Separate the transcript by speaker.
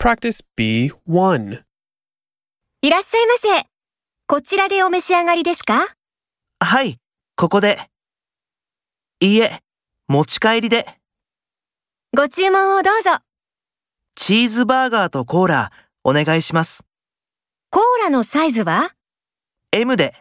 Speaker 1: Practice B1.
Speaker 2: いらっしゃいませ。こちらでお召し上がりですか
Speaker 3: はい、ここで。いいえ、持ち帰りで、
Speaker 2: ご注文をどうぞ。
Speaker 3: チーズバーガーとコーラ、お願いします。
Speaker 2: コーラのサイズは
Speaker 3: M で。